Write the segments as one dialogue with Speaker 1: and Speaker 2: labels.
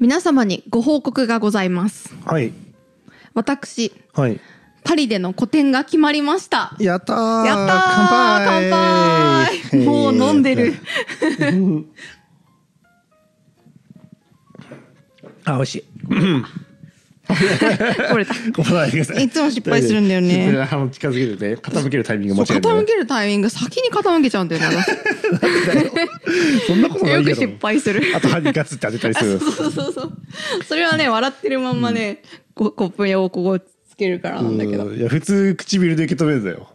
Speaker 1: 皆様にご報告がございます。
Speaker 2: はい。
Speaker 1: 私、
Speaker 2: はい。
Speaker 1: パリでの個展が決まりました。
Speaker 2: やったー
Speaker 1: やったー乾杯もう飲んでる。
Speaker 2: あ、美味し い。
Speaker 1: これだ。
Speaker 2: ごめんなさい。
Speaker 1: いつも失敗するんだよね
Speaker 2: 失敗あの近づける で傾けるタイミング間違えるんだよ
Speaker 1: 傾
Speaker 2: ね。
Speaker 1: けるタイミング先に傾けちゃうんだよね
Speaker 2: そんなこと
Speaker 1: 私。
Speaker 2: ない
Speaker 1: よく
Speaker 2: けど。
Speaker 1: 失敗する。
Speaker 2: あと歯にガツって当てたりする。
Speaker 1: そうそうそう。それはね、笑ってるまんまね、こコップをここつけるからなんだけど。
Speaker 2: うんいや普通唇で受け止めるんだよ。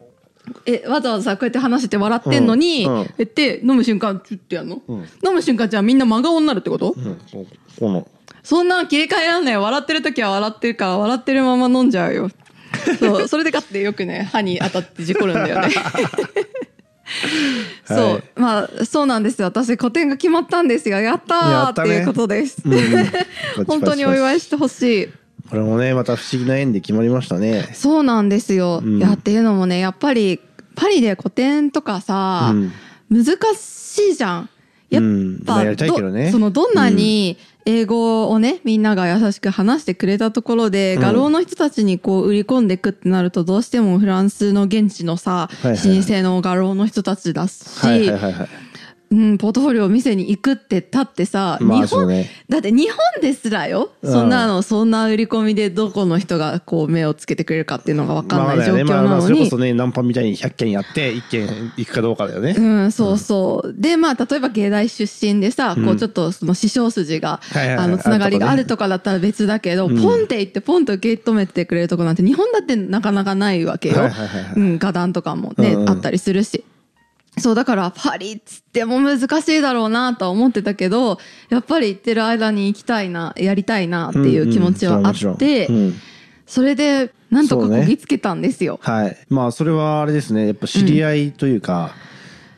Speaker 1: え、わざわざさ、こうやって話して笑ってんのに、
Speaker 2: うんうん
Speaker 1: えって、飲む瞬間、チュッてやんの、
Speaker 2: うん
Speaker 1: 飲む瞬間、じゃあみんな真顔になるってこと、
Speaker 2: うん。ここの。
Speaker 1: そんなの切り替えらんない。笑ってる時は笑ってるから、笑ってるまま飲んじゃうよ。 そう、それでかってよくね、歯に当たって事故るんだよね。そう、
Speaker 2: はい
Speaker 1: まあ、そうなんですよ。私、個展が決まったんですが、やった
Speaker 2: や
Speaker 1: ー
Speaker 2: っ
Speaker 1: って
Speaker 2: たね
Speaker 1: いうことです。
Speaker 2: う ん
Speaker 1: 本当にお祝いしてほしい。
Speaker 2: これもねまた不思議な縁で決まりましたね。
Speaker 1: そうなんですよ。
Speaker 2: うん
Speaker 1: いやっていうのもねやっぱりパリで個展とかさ、
Speaker 2: うん
Speaker 1: 難しいじゃん。やっ
Speaker 2: うん
Speaker 1: ぱ、
Speaker 2: まあやりたいけどね
Speaker 1: どそのどんなに英語をねみんなが優しく話してくれたところで、
Speaker 2: うん
Speaker 1: 画廊の人たちにこう売り込んでくってなるとどうしてもフランスの現地のさ、
Speaker 2: いはいはい
Speaker 1: 新生の画廊の人たちだし、
Speaker 2: はいはいはいはい。
Speaker 1: うん、ポートフォリオを見せに行くってたってさ、
Speaker 2: まあ
Speaker 1: 日
Speaker 2: そう
Speaker 1: 本、
Speaker 2: ね
Speaker 1: だって日本ですらよ、
Speaker 2: うん
Speaker 1: そんなのそんな売り込みでどこの人がこう目をつけてくれるかっていうのが分かんない状況
Speaker 2: まあ
Speaker 1: な
Speaker 2: まあ
Speaker 1: の
Speaker 2: それこ
Speaker 1: に
Speaker 2: そ。ねナンパみたいに100件やって1件行くかどうかだよね。
Speaker 1: うん、そうそう。で、まあ、例えば芸大出身でさ、こう、ちょっとその師匠筋が、
Speaker 2: いはいはい
Speaker 1: あの、つながりがあるとかだったら別だけど、ポンって行って、ポンと受け止めてくれるとこなんて、日本だってなかなかないわけよ。
Speaker 2: はいはいはいはい
Speaker 1: うん、画壇とかもね、
Speaker 2: うんうん
Speaker 1: あったりするし。そう、だから、パリっつっても難しいだろうなとは思ってたけど、やっぱり行ってる間に行きたいな、やりたいなっていう気持ちはあ
Speaker 2: うんうんそれはも
Speaker 1: っ
Speaker 2: ち
Speaker 1: て
Speaker 2: ろん、うん
Speaker 1: それで、なんとか
Speaker 2: そうね
Speaker 1: こぎつけたんですよ。
Speaker 2: はい。まあそれはあれですね。やっぱ知り合いというか、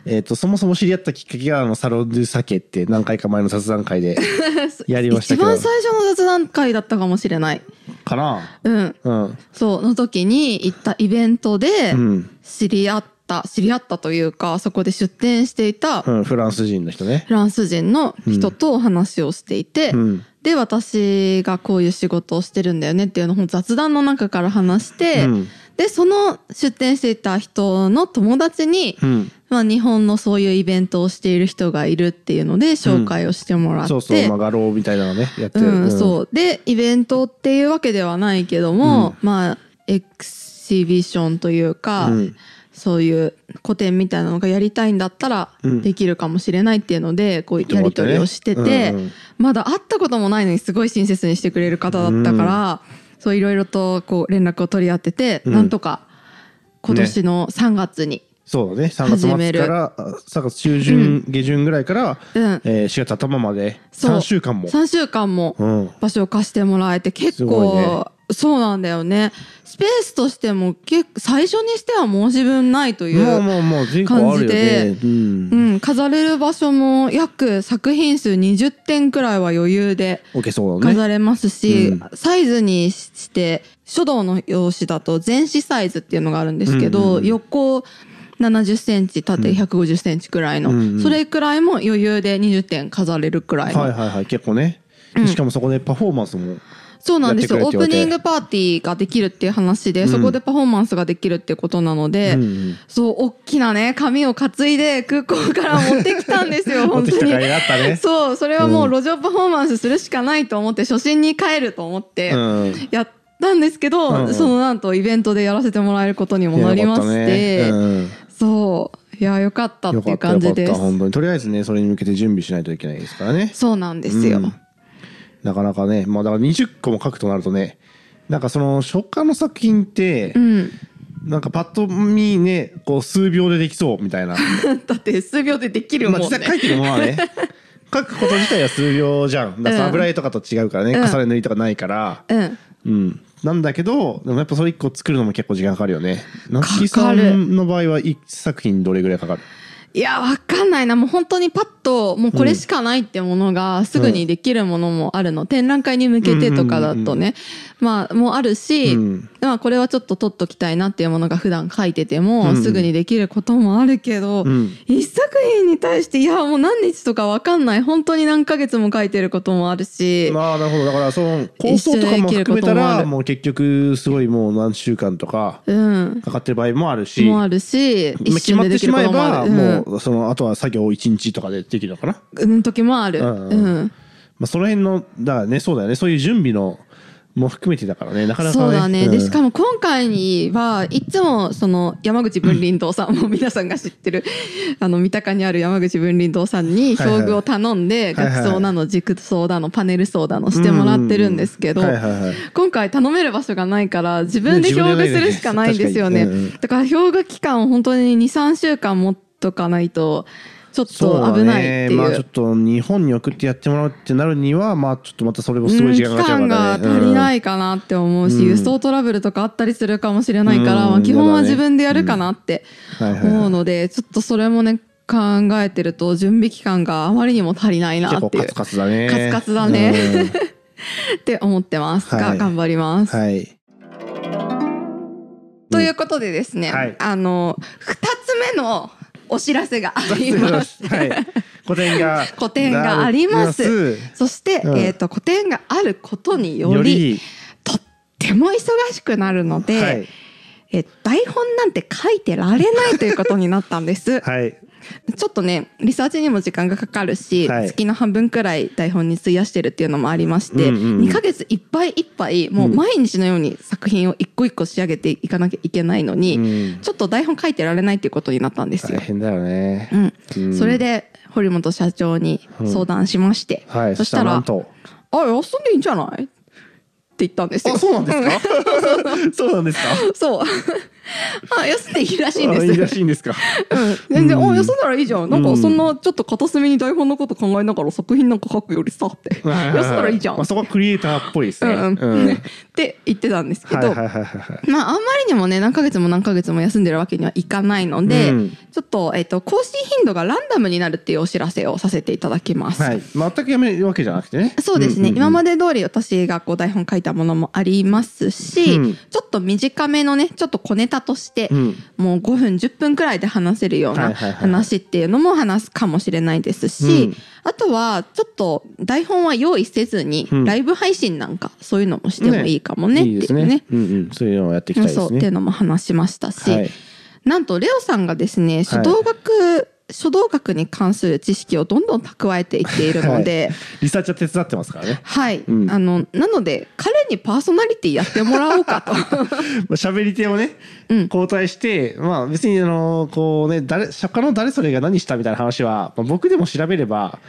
Speaker 2: えっとそもそも知り合ったきっかけがあのサロン・ドゥ・サケって何回か前の雑談 会でやりました
Speaker 1: 一
Speaker 2: けど
Speaker 1: 番最初の雑談会だったかもしれない。
Speaker 2: かな。
Speaker 1: うん。
Speaker 2: うん。
Speaker 1: そう、の時に行ったイベントで
Speaker 2: うん、
Speaker 1: 知り合った、知り合ったというか、そこで出店していたフ
Speaker 2: うん、フランス人の人ね。
Speaker 1: ランス人の人とお話をしていて、
Speaker 2: うん
Speaker 1: で、私がこういう仕事をしてるんだよねっていうのを雑談の中から話して、
Speaker 2: うん
Speaker 1: で、その出店していた人の友達に、
Speaker 2: うん。
Speaker 1: まあ、日本のそういうイベントをしている人がいるっていうので紹介をしてもらって、
Speaker 2: そうそう、まあ、画廊みたいなのね、やってる。
Speaker 1: うん、
Speaker 2: う。
Speaker 1: そう。で、イベントっていうわけではないけども、まあ、エクシビションというか、
Speaker 2: うん
Speaker 1: そういう古典みたいなのがやりたいんだったら
Speaker 2: うん
Speaker 1: できるかもしれないっていうので、こう
Speaker 2: て
Speaker 1: や
Speaker 2: もらっ
Speaker 1: り
Speaker 2: てね
Speaker 1: 取りをしてて、
Speaker 2: うんうん
Speaker 1: まだ会ったこともないのにすごい親切にしてくれる方だったから、そういろいろとこう連絡を取り合ってて、
Speaker 2: うん
Speaker 1: なんとか今年の3月に、
Speaker 2: そうだね、3
Speaker 1: 始
Speaker 2: 月
Speaker 1: め
Speaker 2: 末
Speaker 1: る
Speaker 2: から、あ3月中旬、下旬ぐらいから、
Speaker 1: うん、
Speaker 2: えー4月頭まで、
Speaker 1: そう
Speaker 2: 3週間も。
Speaker 1: 3週間も、
Speaker 2: うん。
Speaker 1: 場所を貸してもらえて結
Speaker 2: すごい
Speaker 1: 構、
Speaker 2: ね
Speaker 1: そうなんだよねスペースとしても結最初にしては申し分ないという
Speaker 2: もうもうもう、全構あるよね
Speaker 1: 感。
Speaker 2: うん
Speaker 1: う。ん、飾れる場所も約作品数20点くらいは余裕で
Speaker 2: 置けそうだね。
Speaker 1: 飾れますし、
Speaker 2: うん
Speaker 1: サイズにして書道の用紙だと全紙サイズっていうのがあるんですけど、
Speaker 2: うんうんうん
Speaker 1: 横70センチ縦150センチくらいの、
Speaker 2: うんうん
Speaker 1: それくらいも余裕で20点飾れるくらいの、
Speaker 2: はいはいはい、結構ね。しかもそこでパフォーマンスも。
Speaker 1: そうなんです
Speaker 2: や
Speaker 1: よ。
Speaker 2: っ
Speaker 1: オ
Speaker 2: て
Speaker 1: ー
Speaker 2: くれ
Speaker 1: プ
Speaker 2: って
Speaker 1: ニ
Speaker 2: わけ
Speaker 1: ングパーティーができるっていう話で、そこでパフォーマンスができるってことなので、
Speaker 2: うんうん
Speaker 1: そう、大きなね、紙を担いで空港から持ってきたんです よ、
Speaker 2: 持っ
Speaker 1: 本
Speaker 2: てき
Speaker 1: 当
Speaker 2: た
Speaker 1: に
Speaker 2: 甲。斐があったね。
Speaker 1: そう、それはもう路上パフォーマンスするしかないと思って、初心に帰ると思って、
Speaker 2: うん。
Speaker 1: やったんですけど、
Speaker 2: うんうん
Speaker 1: そのなんとイベントでやらせてもらえることにもなりまし
Speaker 2: いや
Speaker 1: て、
Speaker 2: よかったね
Speaker 1: そう、いや、よかったっ
Speaker 2: うんよ
Speaker 1: て
Speaker 2: か
Speaker 1: い
Speaker 2: っ
Speaker 1: う
Speaker 2: たよ
Speaker 1: 感
Speaker 2: か
Speaker 1: じ
Speaker 2: っ
Speaker 1: です
Speaker 2: た、。本当に。とりあえずね、それに向けて準備しないといけないですからね。
Speaker 1: そうなんですよ。
Speaker 2: うんなかなかね、まあだから20個も書くとなるとね、なんかその初夏の作品って、
Speaker 1: うん
Speaker 2: なんかパッと見ね、こう数秒でできそうみたいな。
Speaker 1: だって数秒でできる
Speaker 2: ま
Speaker 1: も
Speaker 2: あ
Speaker 1: んね。
Speaker 2: 実際書いてるもの はね、書くこと自体は数秒じゃん。だから
Speaker 1: うん
Speaker 2: 油絵とかと違うからね、
Speaker 1: うん
Speaker 2: 重ね塗りとかないから。
Speaker 1: うん。
Speaker 2: うん。なんだけど、でもやっぱそれ一個作るのも結構時間かかるよね。夏木さ
Speaker 1: かかる
Speaker 2: んの場合は一作品どれぐらいかかる
Speaker 1: いやわかんないなもう本当にパッともうこれしかないってものがすぐにできるものもあるの、展覧会に向けてとかだとね、まあもあるし、
Speaker 2: うん
Speaker 1: まあこれはちょっと取っときたいなっていうものが普段書いてても、
Speaker 2: うんうん
Speaker 1: すぐにできることもあるけど、
Speaker 2: うん
Speaker 1: 一作品に対していやもう何日とかわかんない本当に何ヶ月も書いてることもあるし、
Speaker 2: まあなるほどだからその構想とかも含めた
Speaker 1: 一緒にできることもあ
Speaker 2: ら
Speaker 1: る
Speaker 2: もう結局すごいもう何週間とか
Speaker 1: うん
Speaker 2: かかってる場合もあるし
Speaker 1: もあるし
Speaker 2: まあ
Speaker 1: 一
Speaker 2: 決
Speaker 1: 瞬
Speaker 2: ま
Speaker 1: で
Speaker 2: っ
Speaker 1: でき
Speaker 2: てし
Speaker 1: るこ
Speaker 2: まえ
Speaker 1: とも
Speaker 2: ば
Speaker 1: あるうん
Speaker 2: もうそのあとは作業1日とかでできるのかな、
Speaker 1: うん時もある、
Speaker 2: うん
Speaker 1: う
Speaker 2: うんまあ、その辺のだからねそうだよねそういう準備のも含めてだからねなかなかね
Speaker 1: そうだね、
Speaker 2: ん
Speaker 1: でしかも今回はいつもその山口文林堂さ んも皆さんが知ってるあの三鷹にある山口文林堂さんに
Speaker 2: はいはい
Speaker 1: 表具を頼んで、
Speaker 2: はいはい
Speaker 1: 学装なの軸装だのパネル装だのしてもらってるんですけど、
Speaker 2: うんうんうんはいはいはい
Speaker 1: 今回頼める場所がないから自分で
Speaker 2: ね
Speaker 1: 表具
Speaker 2: 自分
Speaker 1: す
Speaker 2: で
Speaker 1: るしかないんですよね、
Speaker 2: 確かにうんうん
Speaker 1: だから表具期間を本当に23週間持っとかないとちょっ
Speaker 2: そうだ
Speaker 1: と危ないっていう
Speaker 2: ね、まあちょっと日本に送ってやってもらうってなるにはまあちょっとまたそれもすごい時間がかかっちゃうか
Speaker 1: う
Speaker 2: らね、
Speaker 1: ん期間が足りないいかなって思うし、
Speaker 2: うん
Speaker 1: 輸送トラブルとかあったりするかもしれないから、
Speaker 2: うん
Speaker 1: まあ、基本は
Speaker 2: そうだね
Speaker 1: 自分でやるかなって
Speaker 2: うんはいはいはい
Speaker 1: 思うので、ちょっとそれもね考えてると準備期間があまりにも足りないな
Speaker 2: 結
Speaker 1: っ
Speaker 2: 構
Speaker 1: ていう
Speaker 2: カツカツだね
Speaker 1: カツカツだね
Speaker 2: うん
Speaker 1: って思ってますが、
Speaker 2: はい
Speaker 1: 頑張ります。
Speaker 2: はい
Speaker 1: ということでですね、
Speaker 2: はい
Speaker 1: あの2つ目のお知らせがあります。
Speaker 2: はい個展が
Speaker 1: 個展がありますそして、
Speaker 2: うん
Speaker 1: えー、と個展があることにより
Speaker 2: より
Speaker 1: とっても忙しくなるので、
Speaker 2: はい
Speaker 1: え台本なんて書いてられないということになったんです、
Speaker 2: はい
Speaker 1: ちょっとねリサーチにも時間がかかるし、
Speaker 2: はい
Speaker 1: 月の半分くらい台本に費やしてるっていうのもありまして、
Speaker 2: うんうんうん
Speaker 1: 2ヶ月いっぱいいっぱいもう毎日のように作品を一個一個仕上げていかなきゃいけないのに、
Speaker 2: うん
Speaker 1: ちょっと台本書いてられないっていうことになったんです
Speaker 2: 大
Speaker 1: よ、
Speaker 2: 変だよね
Speaker 1: うん
Speaker 2: うん
Speaker 1: それで堀本社長に相談しまして、
Speaker 2: はい
Speaker 1: そした
Speaker 2: な
Speaker 1: ら
Speaker 2: んと
Speaker 1: 「あ休んでいいんじゃない?」って言ったんですよ
Speaker 2: あそうなんですか そうなんですか
Speaker 1: そうあ休んでいいらしいんで
Speaker 2: あ
Speaker 1: す
Speaker 2: いいらしいんですか
Speaker 1: うん全然、
Speaker 2: うん
Speaker 1: およそならいいじゃん。なんか、そんな、ちょっと片隅に台本のこと考えながら作品なんか書くよりさ、って。よそならいいじゃん。
Speaker 2: まあ、そこはクリエイターっぽいです
Speaker 1: う
Speaker 2: ね。
Speaker 1: んうん。って言ってたんですけ
Speaker 2: はい
Speaker 1: ど、
Speaker 2: はいはいはい。
Speaker 1: まあ、あんまりにもね、何ヶ月も何ヶ月も休んでるわけにはいかないので、
Speaker 2: うん
Speaker 1: ちょっと、えっ、と、更新頻度がランダムになるっていうお知らせをさせていただきます。
Speaker 2: はい、全くやめるわけじゃなくてね。
Speaker 1: そうですね、
Speaker 2: んんん
Speaker 1: 今まで通り私がこう台本書いたものもありますし、
Speaker 2: うん
Speaker 1: ちょっと短めのねちょっと小ネタとして、
Speaker 2: うん
Speaker 1: もう5分10分くらいで話せるよう
Speaker 2: は
Speaker 1: ない
Speaker 2: はいはい
Speaker 1: 話っていうのも話すかもしれないですし、
Speaker 2: うん
Speaker 1: あとはちょっと台本は用意せずに、
Speaker 2: うん
Speaker 1: ライブ配信なんかそういうのもしてもいいかもね
Speaker 2: いい
Speaker 1: って
Speaker 2: です
Speaker 1: いうね
Speaker 2: ね。。うんうん、そういうのをやっていきたいで
Speaker 1: そう
Speaker 2: す
Speaker 1: っていう
Speaker 2: ね。
Speaker 1: のも話しましたし、
Speaker 2: はい
Speaker 1: なんとレオさんがですね書道学、書道学に関する知識をどんどん蓄えていっているので、
Speaker 2: リサーチは手伝ってますから ね。
Speaker 1: はい、
Speaker 2: うん
Speaker 1: あのなので彼にパーソナリティやってもらおうか と
Speaker 2: まあ、喋り手をね、
Speaker 1: うん
Speaker 2: 交代して、まあ、別にあのこうね誰作家の誰それが何したみたいな話は、まあ、僕でも調べれば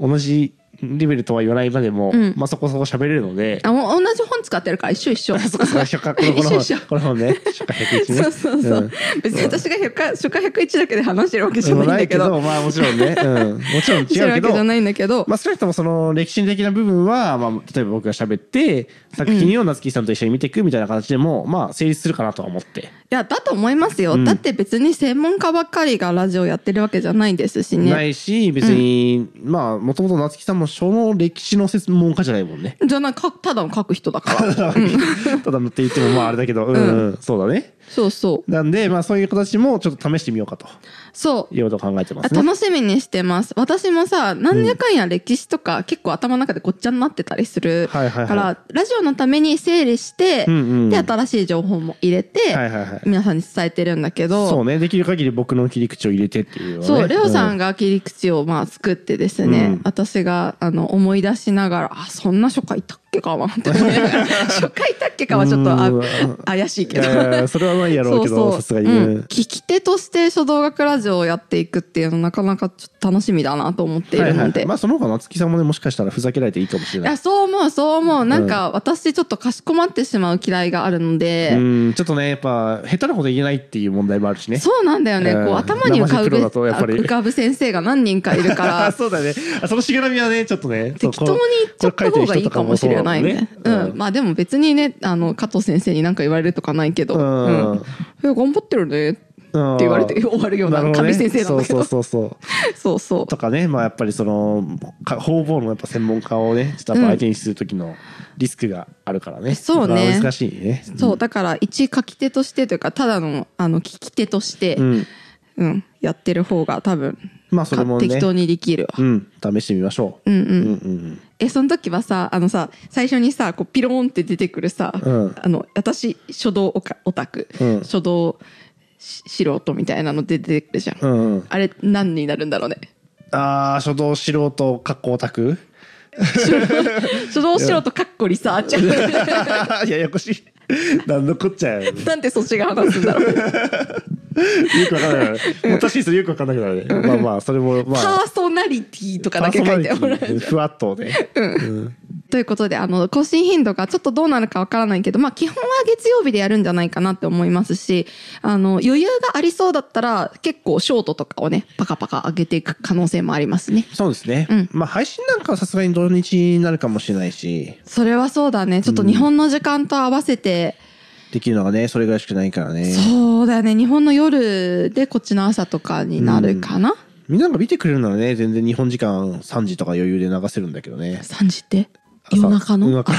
Speaker 2: 同じレベルとは言わないまでも、
Speaker 1: うん
Speaker 2: まあ、そこそこ喋れるので。
Speaker 1: あもう同じ本使ってるから一緒一緒
Speaker 2: そこそこ初夏この
Speaker 1: 一
Speaker 2: この
Speaker 1: 緒
Speaker 2: 本
Speaker 1: 一緒
Speaker 2: この本ね初夏101ね
Speaker 1: そうそうそう、
Speaker 2: ん
Speaker 1: 別に私が百科初回101だけで話してるわけじゃないんだけ
Speaker 2: で
Speaker 1: ど
Speaker 2: もないけどまあもちろんね、うん、もちろん 違
Speaker 1: し
Speaker 2: う
Speaker 1: てるわ
Speaker 2: け
Speaker 1: けじゃ
Speaker 2: ど
Speaker 1: ないんだけど、
Speaker 2: まあ少なくともその歴史的な部分は、まあ、例えば僕が喋って作品を夏木さんと一緒に見ていくみたいな形でも、まあ成立するかなとは思って、
Speaker 1: いやだと思いますよ、
Speaker 2: うん
Speaker 1: だって別に専門家ばっかりがラジオやってるわけじゃないですし
Speaker 2: な
Speaker 1: ね
Speaker 2: いし別に、まあもともと夏木さんもその歴史の専門家じゃない もんね
Speaker 1: じゃないかただの書く人だから
Speaker 2: ただのって言ってもまああれだけどうん、うんそうだね
Speaker 1: そうそう
Speaker 2: なんでまあそういう形もちょっと試してみようかと
Speaker 1: そう
Speaker 2: いうことを考えてま
Speaker 1: あ
Speaker 2: すね
Speaker 1: 楽しみにしてます私もさなんやかんや歴史とか結構頭の中でごっちゃになってたりする
Speaker 2: はいはいはい
Speaker 1: からラジオのために整理して、
Speaker 2: うんうん
Speaker 1: で新しい情報も入れて、
Speaker 2: はいはいはい
Speaker 1: 皆さんに伝えてるんだけど
Speaker 2: そうねできる限り僕の切り口を入れてっていうのはね、
Speaker 1: そうレオ
Speaker 2: うん
Speaker 1: さんが切り口をまあ作ってですね、
Speaker 2: うん
Speaker 1: 私があの思い出しながらあそんな初回いたっけかな って思いながら初回いたっけかはちょっとあ
Speaker 2: うん
Speaker 1: 怪しいけ
Speaker 2: い
Speaker 1: ど
Speaker 2: やいやそれはないやろうけどさすがに、
Speaker 1: うん聞き手として書道学ラジオをやっていくっていうのなかなかちょっと楽しみだなと思っているの
Speaker 2: はいは
Speaker 1: で、
Speaker 2: い、まあその方が夏木さんもねもしかしたらふざけられていいかもしれ
Speaker 1: い
Speaker 2: ない
Speaker 1: やそう思うそう思うなんか私ちょっとかしこまってしまう嫌いがあるの
Speaker 2: う
Speaker 1: で、
Speaker 2: んちょっとねやっぱ下手なこと言えないっていう問題もあるしね
Speaker 1: そうなんだよね、
Speaker 2: うん
Speaker 1: こう頭に浮か
Speaker 2: 生地プ
Speaker 1: ぶ
Speaker 2: ロだとやっぱり
Speaker 1: 浮かぶ先生が何人かいるか
Speaker 2: あ
Speaker 1: ら
Speaker 2: そうだねあそのしがらみはねちょっとね
Speaker 1: 適当に言っちゃった方がいいかもしれないねうんまあでも別にねあの加藤先生に何か言われるとかないけど、
Speaker 2: うん
Speaker 1: うんえ頑張ってるね
Speaker 2: うん
Speaker 1: 言われて終わるような
Speaker 2: るほどね
Speaker 1: 上先生なんだけど
Speaker 2: そうそうそうそ う
Speaker 1: そうそう
Speaker 2: とかねまあやっぱりそのか方々のやっぱ専門家をねちょっとやっぱ相手にする時のリスクがあるからね、
Speaker 1: そうね
Speaker 2: だから難しいね
Speaker 1: そうだから一書き手としてというかただのあの聞き手として、
Speaker 2: う
Speaker 1: うん
Speaker 2: ん
Speaker 1: やってる方が多分、
Speaker 2: まあそれもね
Speaker 1: 適当にできるわ、
Speaker 2: うん試してみましょう
Speaker 1: うん、う
Speaker 2: う
Speaker 1: ん
Speaker 2: んうん
Speaker 1: えその時はさあのさ最初にさこうピローンって出てくるさ、
Speaker 2: うん
Speaker 1: あの私書道オカオタク、
Speaker 2: うん
Speaker 1: 書道し素人みたいなの出てくるじゃん、
Speaker 2: うんうんうん
Speaker 1: あれ何になるんだろうね
Speaker 2: ああ書道素人かっこオタク
Speaker 1: 書道素人かっこリサーチャー
Speaker 2: ややこしい 何のこっちゃよ
Speaker 1: なんでそっちが話すんだ ろう
Speaker 2: よくわからない。もう確かにそれよくわかんなくなるね。まあまあ、それも、ま
Speaker 1: パ
Speaker 2: あ。
Speaker 1: ーソナリティとかだけ書いてもら
Speaker 2: パーソナリテ
Speaker 1: う
Speaker 2: ィふわっとね。
Speaker 1: ということであの更新頻度がちょっとどうなるかわからないけど、まあ、基本は月曜日でやるんじゃないかなって思いますしあの余裕がありそうだったら結構ショートとかをねパカパカ上げていく可能性もありますね。
Speaker 2: そうですね。
Speaker 1: うん
Speaker 2: まあ、配信なんかはさすがに土日になるかもしれないし、
Speaker 1: それはそうだねちょっと日本の時間と合わせて、
Speaker 2: できるのがね、それぐらいしかないからね。
Speaker 1: そうだよね日本の夜でこっちの朝とかになるかな、
Speaker 2: みんなが見てくれるならね、全然日本時間3時とか余裕で流せるんだけ どね。
Speaker 1: 3時って
Speaker 2: 朝
Speaker 1: 夜中の
Speaker 2: 夜中の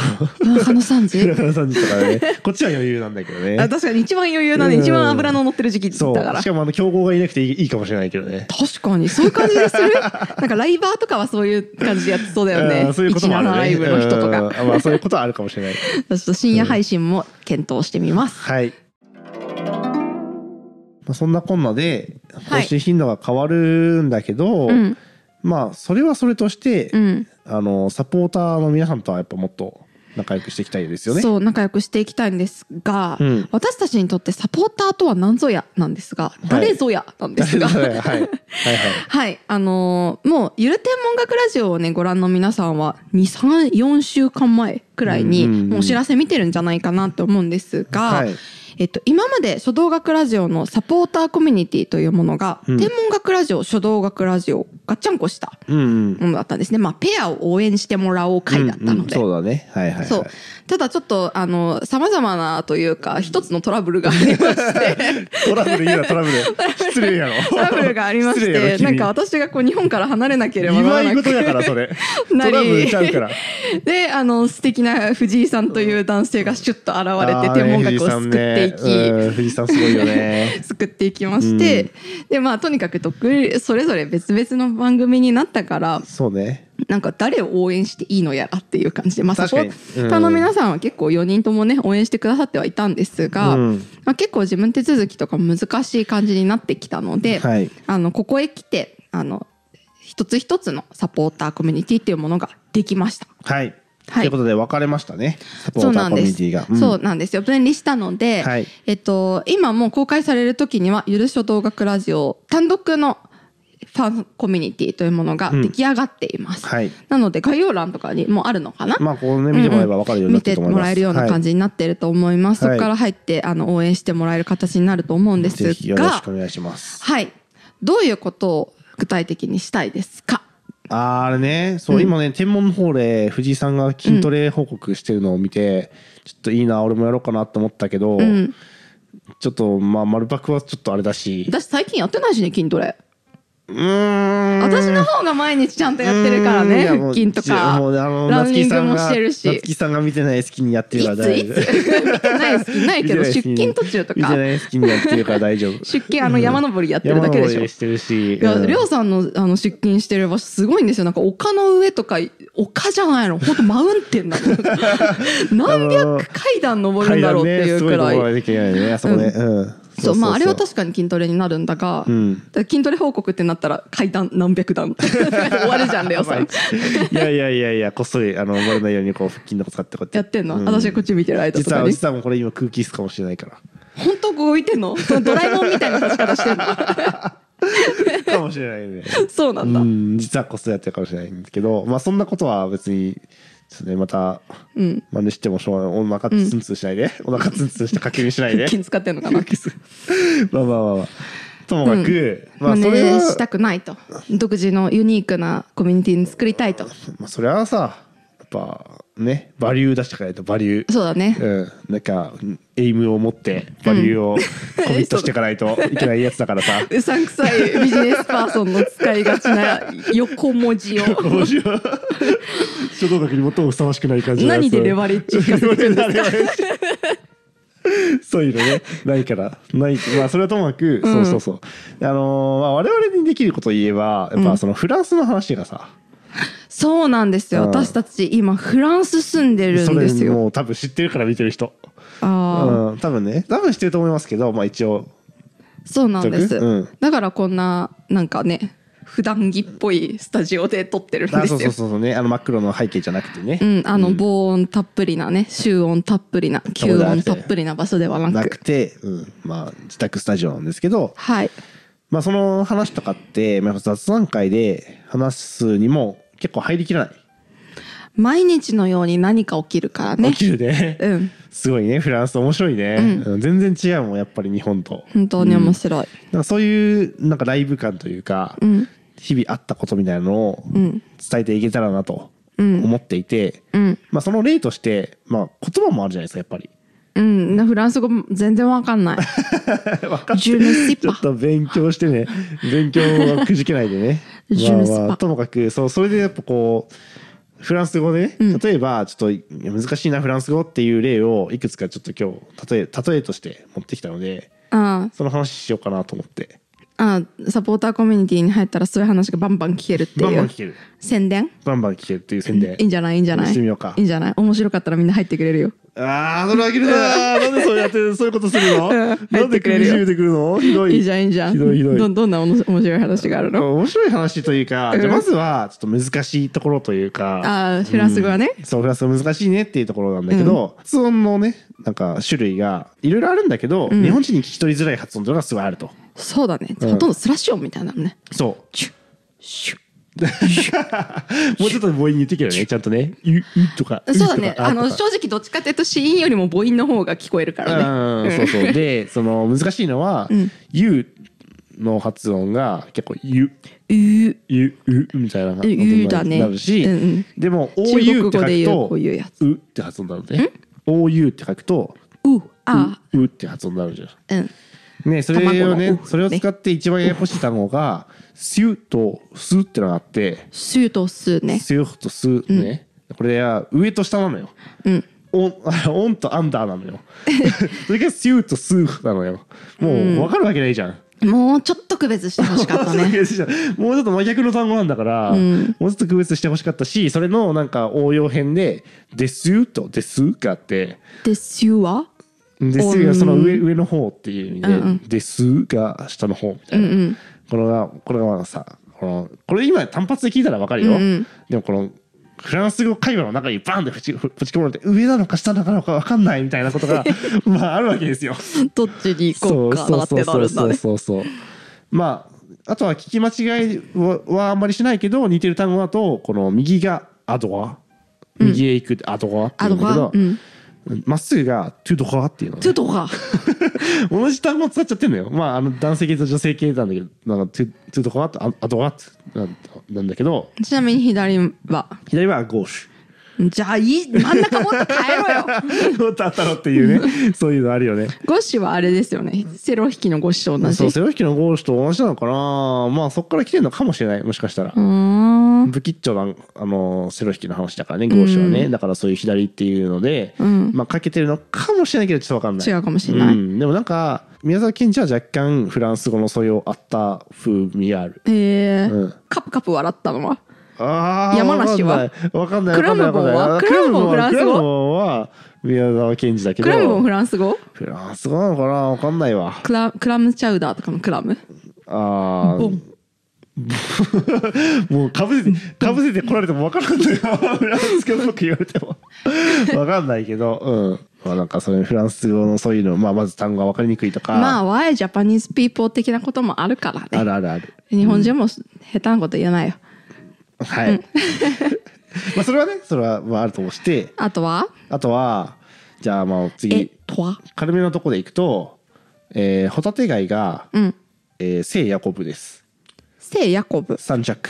Speaker 1: 夜中の3
Speaker 2: 夜
Speaker 1: 時
Speaker 2: 中の3時とかね。 こっちは余裕なんだけど
Speaker 1: あ
Speaker 2: ね。
Speaker 1: 確かに一番余裕なね
Speaker 2: うん
Speaker 1: 一番脂の乗ってる時期だ
Speaker 2: そう。
Speaker 1: から
Speaker 2: しかもあの、競合がいなくていいいいかもしれないけどね。
Speaker 1: 確かにそういう感じです るなんかライバーとかはそういう感じでやってそうだよね
Speaker 2: うんそういうこともあるね。
Speaker 1: 17ライブの人とか
Speaker 2: うんまあ、そういうことはあるかもしれない。
Speaker 1: ちょっと深夜配信も検討してみます、
Speaker 2: はい。まあ、そんなこんなで更
Speaker 1: い
Speaker 2: 新頻度が変わるんだけど、
Speaker 1: うん
Speaker 2: まあそれはそれとして、
Speaker 1: うん
Speaker 2: あのサポーターの皆さんとはやっぱもっと仲良くしていきたいですよね。
Speaker 1: そう仲良くしていきたいんですが、
Speaker 2: うん
Speaker 1: 私たちにとってサポーターとは何ぞやなんですが
Speaker 2: い
Speaker 1: 誰ぞやなんですが、
Speaker 2: 誰
Speaker 1: は
Speaker 2: 々
Speaker 1: い、
Speaker 2: はいはいはい。
Speaker 1: あのーもう「ゆる天文学ラジオ」をねご覧の皆さんは234週間前くらいに
Speaker 2: うんうんうん
Speaker 1: もうお知らせ見てるんじゃないかなと思うんですが、
Speaker 2: はい
Speaker 1: えっと、今まで書道学ラジオのサポーターコミュニティというものが、
Speaker 2: うん
Speaker 1: 天文学ラジオ書道学ラジオがっちゃんこした
Speaker 2: うんうん。
Speaker 1: ものだったんですね、まあ、ペアを応援してもらおう会だった
Speaker 2: うん
Speaker 1: の
Speaker 2: うん
Speaker 1: で。
Speaker 2: そうだね。はいはい、はい。
Speaker 1: そうただちょっとあのさまざまなというか一つのトラブルがありまして
Speaker 2: トラブル言うなトラブル。 失礼やろ。
Speaker 1: トラブルがありまし
Speaker 2: 失礼や
Speaker 1: て
Speaker 2: ろ君
Speaker 1: なんか私がこう日本から離れなければな
Speaker 2: 祝
Speaker 1: ら
Speaker 2: い
Speaker 1: なく
Speaker 2: 事やからそれ。ト
Speaker 1: な
Speaker 2: ラ
Speaker 1: り
Speaker 2: ブルちゃうから。
Speaker 1: であの素敵な藤井さんという男性がシュッと現れて天文学を救っていき、
Speaker 2: あーね藤井さんねうん藤井さんすごいよね。
Speaker 1: 作っていきまして、でまあとにかく独それぞれ別々の番組になったから
Speaker 2: そうね。
Speaker 1: なんか誰を応援していいのやらっていう感じで、まあ、そ
Speaker 2: 確か
Speaker 1: こ
Speaker 2: に
Speaker 1: 他の皆さんは結構4人ともね応援してくださってはいたんですが、
Speaker 2: うん
Speaker 1: まあ、結構自分手続きとか難しい感じになってきたので、
Speaker 2: はい。
Speaker 1: あのここへ来てあの一つ一つのサポーターコミュニティっていうものができました。
Speaker 2: はい。
Speaker 1: はい
Speaker 2: ということで分かれましたね。サポ
Speaker 1: そう
Speaker 2: ー
Speaker 1: な
Speaker 2: ター
Speaker 1: ん
Speaker 2: コミ
Speaker 1: で
Speaker 2: ュニティが。
Speaker 1: す。そううなんですよ。分離したので、
Speaker 2: はい
Speaker 1: えっと、今もう公開される時には、ゆる書動学ラジオ単独のファンコミュニティというものが出来上がっています。
Speaker 2: うんはい
Speaker 1: なので、概要欄とかにもあるのかな、
Speaker 2: んまあ、こうね、見てもらえば分かるようにな
Speaker 1: 見
Speaker 2: って
Speaker 1: て
Speaker 2: ると思い
Speaker 1: も
Speaker 2: ます。
Speaker 1: らえるような感
Speaker 2: じ。
Speaker 1: じになっていると思います。
Speaker 2: はい
Speaker 1: そこから入って、あの、応援してもらえる形になると思うんです
Speaker 2: ぜひよろし
Speaker 1: が
Speaker 2: く、お願いします。
Speaker 1: はい。どういうことを具体的にしたいですか
Speaker 2: あーあれね、そう、今ね、天文の方で藤井さんが筋トレ報告してるのを見て、ちょっといいな、俺もやろうかなと思ったけど、
Speaker 1: うん。
Speaker 2: ちょっと、まあ、丸パクはちょっとあれだし、
Speaker 1: 私最近やってないしね、筋トレ。
Speaker 2: うーん。
Speaker 1: 私の方が毎日ちゃんとやってるから
Speaker 2: うーんい
Speaker 1: ね
Speaker 2: や
Speaker 1: 腹
Speaker 2: もう
Speaker 1: 筋とか
Speaker 2: もうあの
Speaker 1: ランニングも
Speaker 2: 夏木さんが
Speaker 1: してる
Speaker 2: 夏
Speaker 1: し
Speaker 2: 木さんが見てない好きにやってるから大丈夫。
Speaker 1: いついつ見てない好きないけど
Speaker 2: 見て
Speaker 1: 出
Speaker 2: ない好きに
Speaker 1: 勤途中と
Speaker 2: 見て
Speaker 1: か
Speaker 2: ない好きにやってるから大丈 夫。
Speaker 1: 出勤あの山登りやってる
Speaker 2: 山
Speaker 1: だけで
Speaker 2: 登
Speaker 1: しょ
Speaker 2: りしてるし。
Speaker 1: いや
Speaker 2: うん
Speaker 1: りょうさんのあの出勤してる場所すごいんですよなんか丘の上とか丘じゃないの本当マウンテン なの何百階段登るんだろうっていうくらい
Speaker 2: 階段ねすごいところまで行けないねあそこね。うん。
Speaker 1: そうまああれは
Speaker 2: か
Speaker 1: 確かに筋トレになるんだが、
Speaker 2: ん
Speaker 1: だから筋トレ報告ってなったら階段何百 段終わるじゃんレオさん
Speaker 2: いやいやいやいや、こっそりあの割れないようにこう腹筋のこと使ってこう
Speaker 1: や
Speaker 2: や
Speaker 1: っ
Speaker 2: って
Speaker 1: んの、
Speaker 2: うん
Speaker 1: 私がこっち見てる間と
Speaker 2: 実
Speaker 1: か
Speaker 2: は
Speaker 1: に
Speaker 2: 実はもうこれ今空気椅子かもしれないから。
Speaker 1: 本当こう浮いてん のそのドラえもんみたいな立ち方してんの
Speaker 2: かもしれな いね。
Speaker 1: そうなんだ、
Speaker 2: うん、実はこっそりやってるかもしれないんですけど、まあそんなことは別に。ですね、また、
Speaker 1: うん、
Speaker 2: 真似してもしょうがない。お腹ツンツンしないで。お腹ツンツンした課金しない で
Speaker 1: 腹。筋使ってんの かな
Speaker 2: まあまあまあまあ。ともかく、
Speaker 1: 真
Speaker 2: まあ
Speaker 1: 似
Speaker 2: それは、
Speaker 1: したくないと独自のユニークなコミュニティに作りたいと
Speaker 2: まあ、それはさやっぱねバリュー出してかないとバリュー
Speaker 1: そうだね
Speaker 2: うん、なんかエイムを持ってバリューをコミットしていかないといけないやつだからさ
Speaker 1: うさんくさいビジネスパーソンの使いがち な横文字を
Speaker 2: 面白い書道学に最もふさわしくない感じのやつ
Speaker 1: 何でレバレッジが
Speaker 2: レバレッジそういうのねないからないまあそれはともかく、そうそうそうあのーまあ、我々にできることを言えばやっぱそのフランスの話がさ、
Speaker 1: そうなんですよ
Speaker 2: うん
Speaker 1: 私たち今フランス住んでる
Speaker 2: そ
Speaker 1: ん
Speaker 2: れ
Speaker 1: ですよ
Speaker 2: もう多分知ってるから見てる人、
Speaker 1: ああ
Speaker 2: うん、多分ね多分知ってると思いますけどまあ一応
Speaker 1: そうなんです、
Speaker 2: うん
Speaker 1: だからこんななんかね普段着っぽいスタジオで撮ってるんですよ
Speaker 2: あそうそうそうそうねあの真っ黒の背景じゃなくてね、
Speaker 1: うん、あの防音たっぷりなね集音たっぷりな吸音たっぷりな場所ではなく
Speaker 2: なくて、うん、まあ自宅スタジオなんですけど、
Speaker 1: はい
Speaker 2: まあ、その話とかってまあ雑談会で話すにも結構入りきらない、
Speaker 1: 毎日のように何か起きるからね
Speaker 2: 起きるね、
Speaker 1: うん
Speaker 2: すごいねフランス面白いね、うん全然違うもんやっぱり日本と
Speaker 1: 本当に面白い、
Speaker 2: なんかそういうなんかライブ感というか、
Speaker 1: うん
Speaker 2: 日々あったことみたいなのを
Speaker 1: ん
Speaker 2: 伝えていけたらなと
Speaker 1: うん
Speaker 2: 思っていて、
Speaker 1: うん
Speaker 2: まあ、その例として、まあ、言葉もあるじゃないですかや っぱり
Speaker 1: うん、フランス語も全然わか んない
Speaker 2: わかっ
Speaker 1: ジュルシ
Speaker 2: ちょっ
Speaker 1: パ。
Speaker 2: と勉強してね、勉強はくじけないでね
Speaker 1: ジュ
Speaker 2: ま
Speaker 1: ルスパ
Speaker 2: あまあ、ともかく、そう、それでやっぱこう、フランス語でね、例えば、ちょっと難しいな、フランス語っていう例を、いくつかちょっと今日、例え、例えとして持ってきたので、
Speaker 1: あ
Speaker 2: その話しようかなと思って。
Speaker 1: あサポーターコミュニティに入ったらそういう話がバンバン聞けるっていう
Speaker 2: バンバン聞ける。
Speaker 1: 宣伝
Speaker 2: バンバン聞けるっていう宣伝。
Speaker 1: いいんじゃないいいんじゃない
Speaker 2: してみようか
Speaker 1: いいんじゃない面白かったらみんな入ってくれるよ
Speaker 2: ああ、それあげ るなー。なんでそうやって、そういうことするの
Speaker 1: うん
Speaker 2: なんで首絞めてくるのひどい。
Speaker 1: いいじゃんいいじゃん
Speaker 2: ひどいひどい
Speaker 1: どどんなおもし面白い話があるの
Speaker 2: 面白い話というか、じゃあまずはちょっと難しいところというか、
Speaker 1: あーフランス語はね
Speaker 2: うんそうフランス語難しいねっていうところなんだけど、発音のねなんか種類がいろいろあるんだけど、日本人に聞き取りづらい発音というのがすごいあると
Speaker 1: そうだね、
Speaker 2: うん
Speaker 1: ほとんどスラッシュ音みたいなのね
Speaker 2: そ
Speaker 1: チュッシュ
Speaker 2: うもうちょっと母音に言ってけ どねちゃんとね「う」うとか「
Speaker 1: そうだね
Speaker 2: とか
Speaker 1: あの
Speaker 2: と
Speaker 1: 正直どっちかっていうと子音よりも母音の方が聞こえるか
Speaker 2: から
Speaker 1: ね
Speaker 2: うんそうそうでその難しいのは
Speaker 1: ん
Speaker 2: 「ゆ」の発音が結構「ゆ」
Speaker 1: うー
Speaker 2: 「ゆ」「う」みたいな
Speaker 1: ううだね
Speaker 2: なるし、
Speaker 1: うんうん
Speaker 2: でも「お
Speaker 1: 中
Speaker 2: うゆ」
Speaker 1: 国
Speaker 2: って
Speaker 1: 語で
Speaker 2: 書く
Speaker 1: 言う
Speaker 2: と
Speaker 1: こういうや
Speaker 2: 「う」って発音なのね「おうゆ」って書くと
Speaker 1: う
Speaker 2: 「う
Speaker 1: あ」
Speaker 2: うって発音になるじゃん
Speaker 1: うん
Speaker 2: ね、それを
Speaker 1: 卵の
Speaker 2: ね
Speaker 1: お、
Speaker 2: それを使って一番ややこしい単語が、スュとスってのがあって、
Speaker 1: シューとスーね
Speaker 2: スュとスね。これは上と下なのよ。
Speaker 1: うん
Speaker 2: オ ン、オンとアンダーなの よ。それがスュとスなのよ。もう分かるわけないじゃん。
Speaker 1: もうちょっと区別してほしかったね
Speaker 2: そうそうそう もうちょっと真逆の単語なんだから、もうちょっと区別してほしかったし、それのなんか応用編で、デスュとデスがあって、
Speaker 1: でシュは
Speaker 2: デス
Speaker 1: うん
Speaker 2: がその上上の方っていう意味で、
Speaker 1: うんうん
Speaker 2: デスが下の方みたいな、これがこれがまあさこのこれ今単発で聞いたらわかる
Speaker 1: う
Speaker 2: よ、
Speaker 1: んうん
Speaker 2: でもこのフランス語会話の中にバンってぶちぶち込まれて上なのか下なのかわかんないみたいなこ とがまああるわけですよ。
Speaker 1: どっちに行こうかなってなるんだね
Speaker 2: そうそうまああとは聞き間違いははあんまりしないけど似てる単語だとこの右がアドア右へ行くってアドアって言うんだけ
Speaker 1: アドア
Speaker 2: ど
Speaker 1: うん
Speaker 2: まっすぐがトゥドアっていうのね
Speaker 1: トゥと か
Speaker 2: 同じ単語使っちゃってんのよ。まあ、あの男性系と女性系なんだけど、なんか、トゥ、トゥとかあと、ああとはなんなんだけど、
Speaker 1: ちなみに左は
Speaker 2: 左はゴー シ
Speaker 1: じゃあいい真ん中もっと変えろ よ
Speaker 2: ュ。どうだったのっていうね、そういうのあるよね。
Speaker 1: ゴッシュはあれですよねセロ引きのゴッシュと同じ
Speaker 2: そう、
Speaker 1: う
Speaker 2: セロ引きのゴーシュと同じなのかなまあ、そこから来てんのかもしれない、もしかしたら
Speaker 1: ー。ん
Speaker 2: 不吉兆な、あの、セロ引きの話だからね、ゴーシュはね。だからそういう左っていうので、
Speaker 1: うん
Speaker 2: まあ、かけてるのかもしれないけど、ちょっとわかんない。
Speaker 1: 違うかもしれない
Speaker 2: うんでもなんか、宮沢賢治は若干フランス語の素養あった風味がある。
Speaker 1: えー
Speaker 2: うん
Speaker 1: カプカプ笑ったのは
Speaker 2: ああ
Speaker 1: 山梨は
Speaker 2: わかんない
Speaker 1: クラムボンは
Speaker 2: わかんないわかんない
Speaker 1: ク
Speaker 2: ク
Speaker 1: ラ
Speaker 2: ラ
Speaker 1: ムボンはフラ
Speaker 2: ム
Speaker 1: ンス語
Speaker 2: ボンは宮沢賢治だけど
Speaker 1: クラムもフランス語
Speaker 2: フランス語なのかなわかんないわ
Speaker 1: クラクラムチャウダーとかのクラム
Speaker 2: あ
Speaker 1: ボン
Speaker 2: ーもうかぶ せてかぶせて来られてもわからんのよフランス語っぽく言われて もわかんないけどうんまあなんかそれフランス語のそういうのまあまず単語がわかりにくいとか
Speaker 1: まあ Why Japanese people 的なこともあるから
Speaker 2: あ
Speaker 1: ね
Speaker 2: るあるある
Speaker 1: 日本人も下手なこと言えないよ
Speaker 2: はい、 まあそれはねそれはまああるとして
Speaker 1: あとは
Speaker 2: あとはじゃあまあ
Speaker 1: え
Speaker 2: 次
Speaker 1: とは
Speaker 2: 軽めのとこで行くと、えーホタテ貝が、
Speaker 1: うん
Speaker 2: えー聖ヤコブです。
Speaker 1: 聖ヤコブ
Speaker 2: 三着。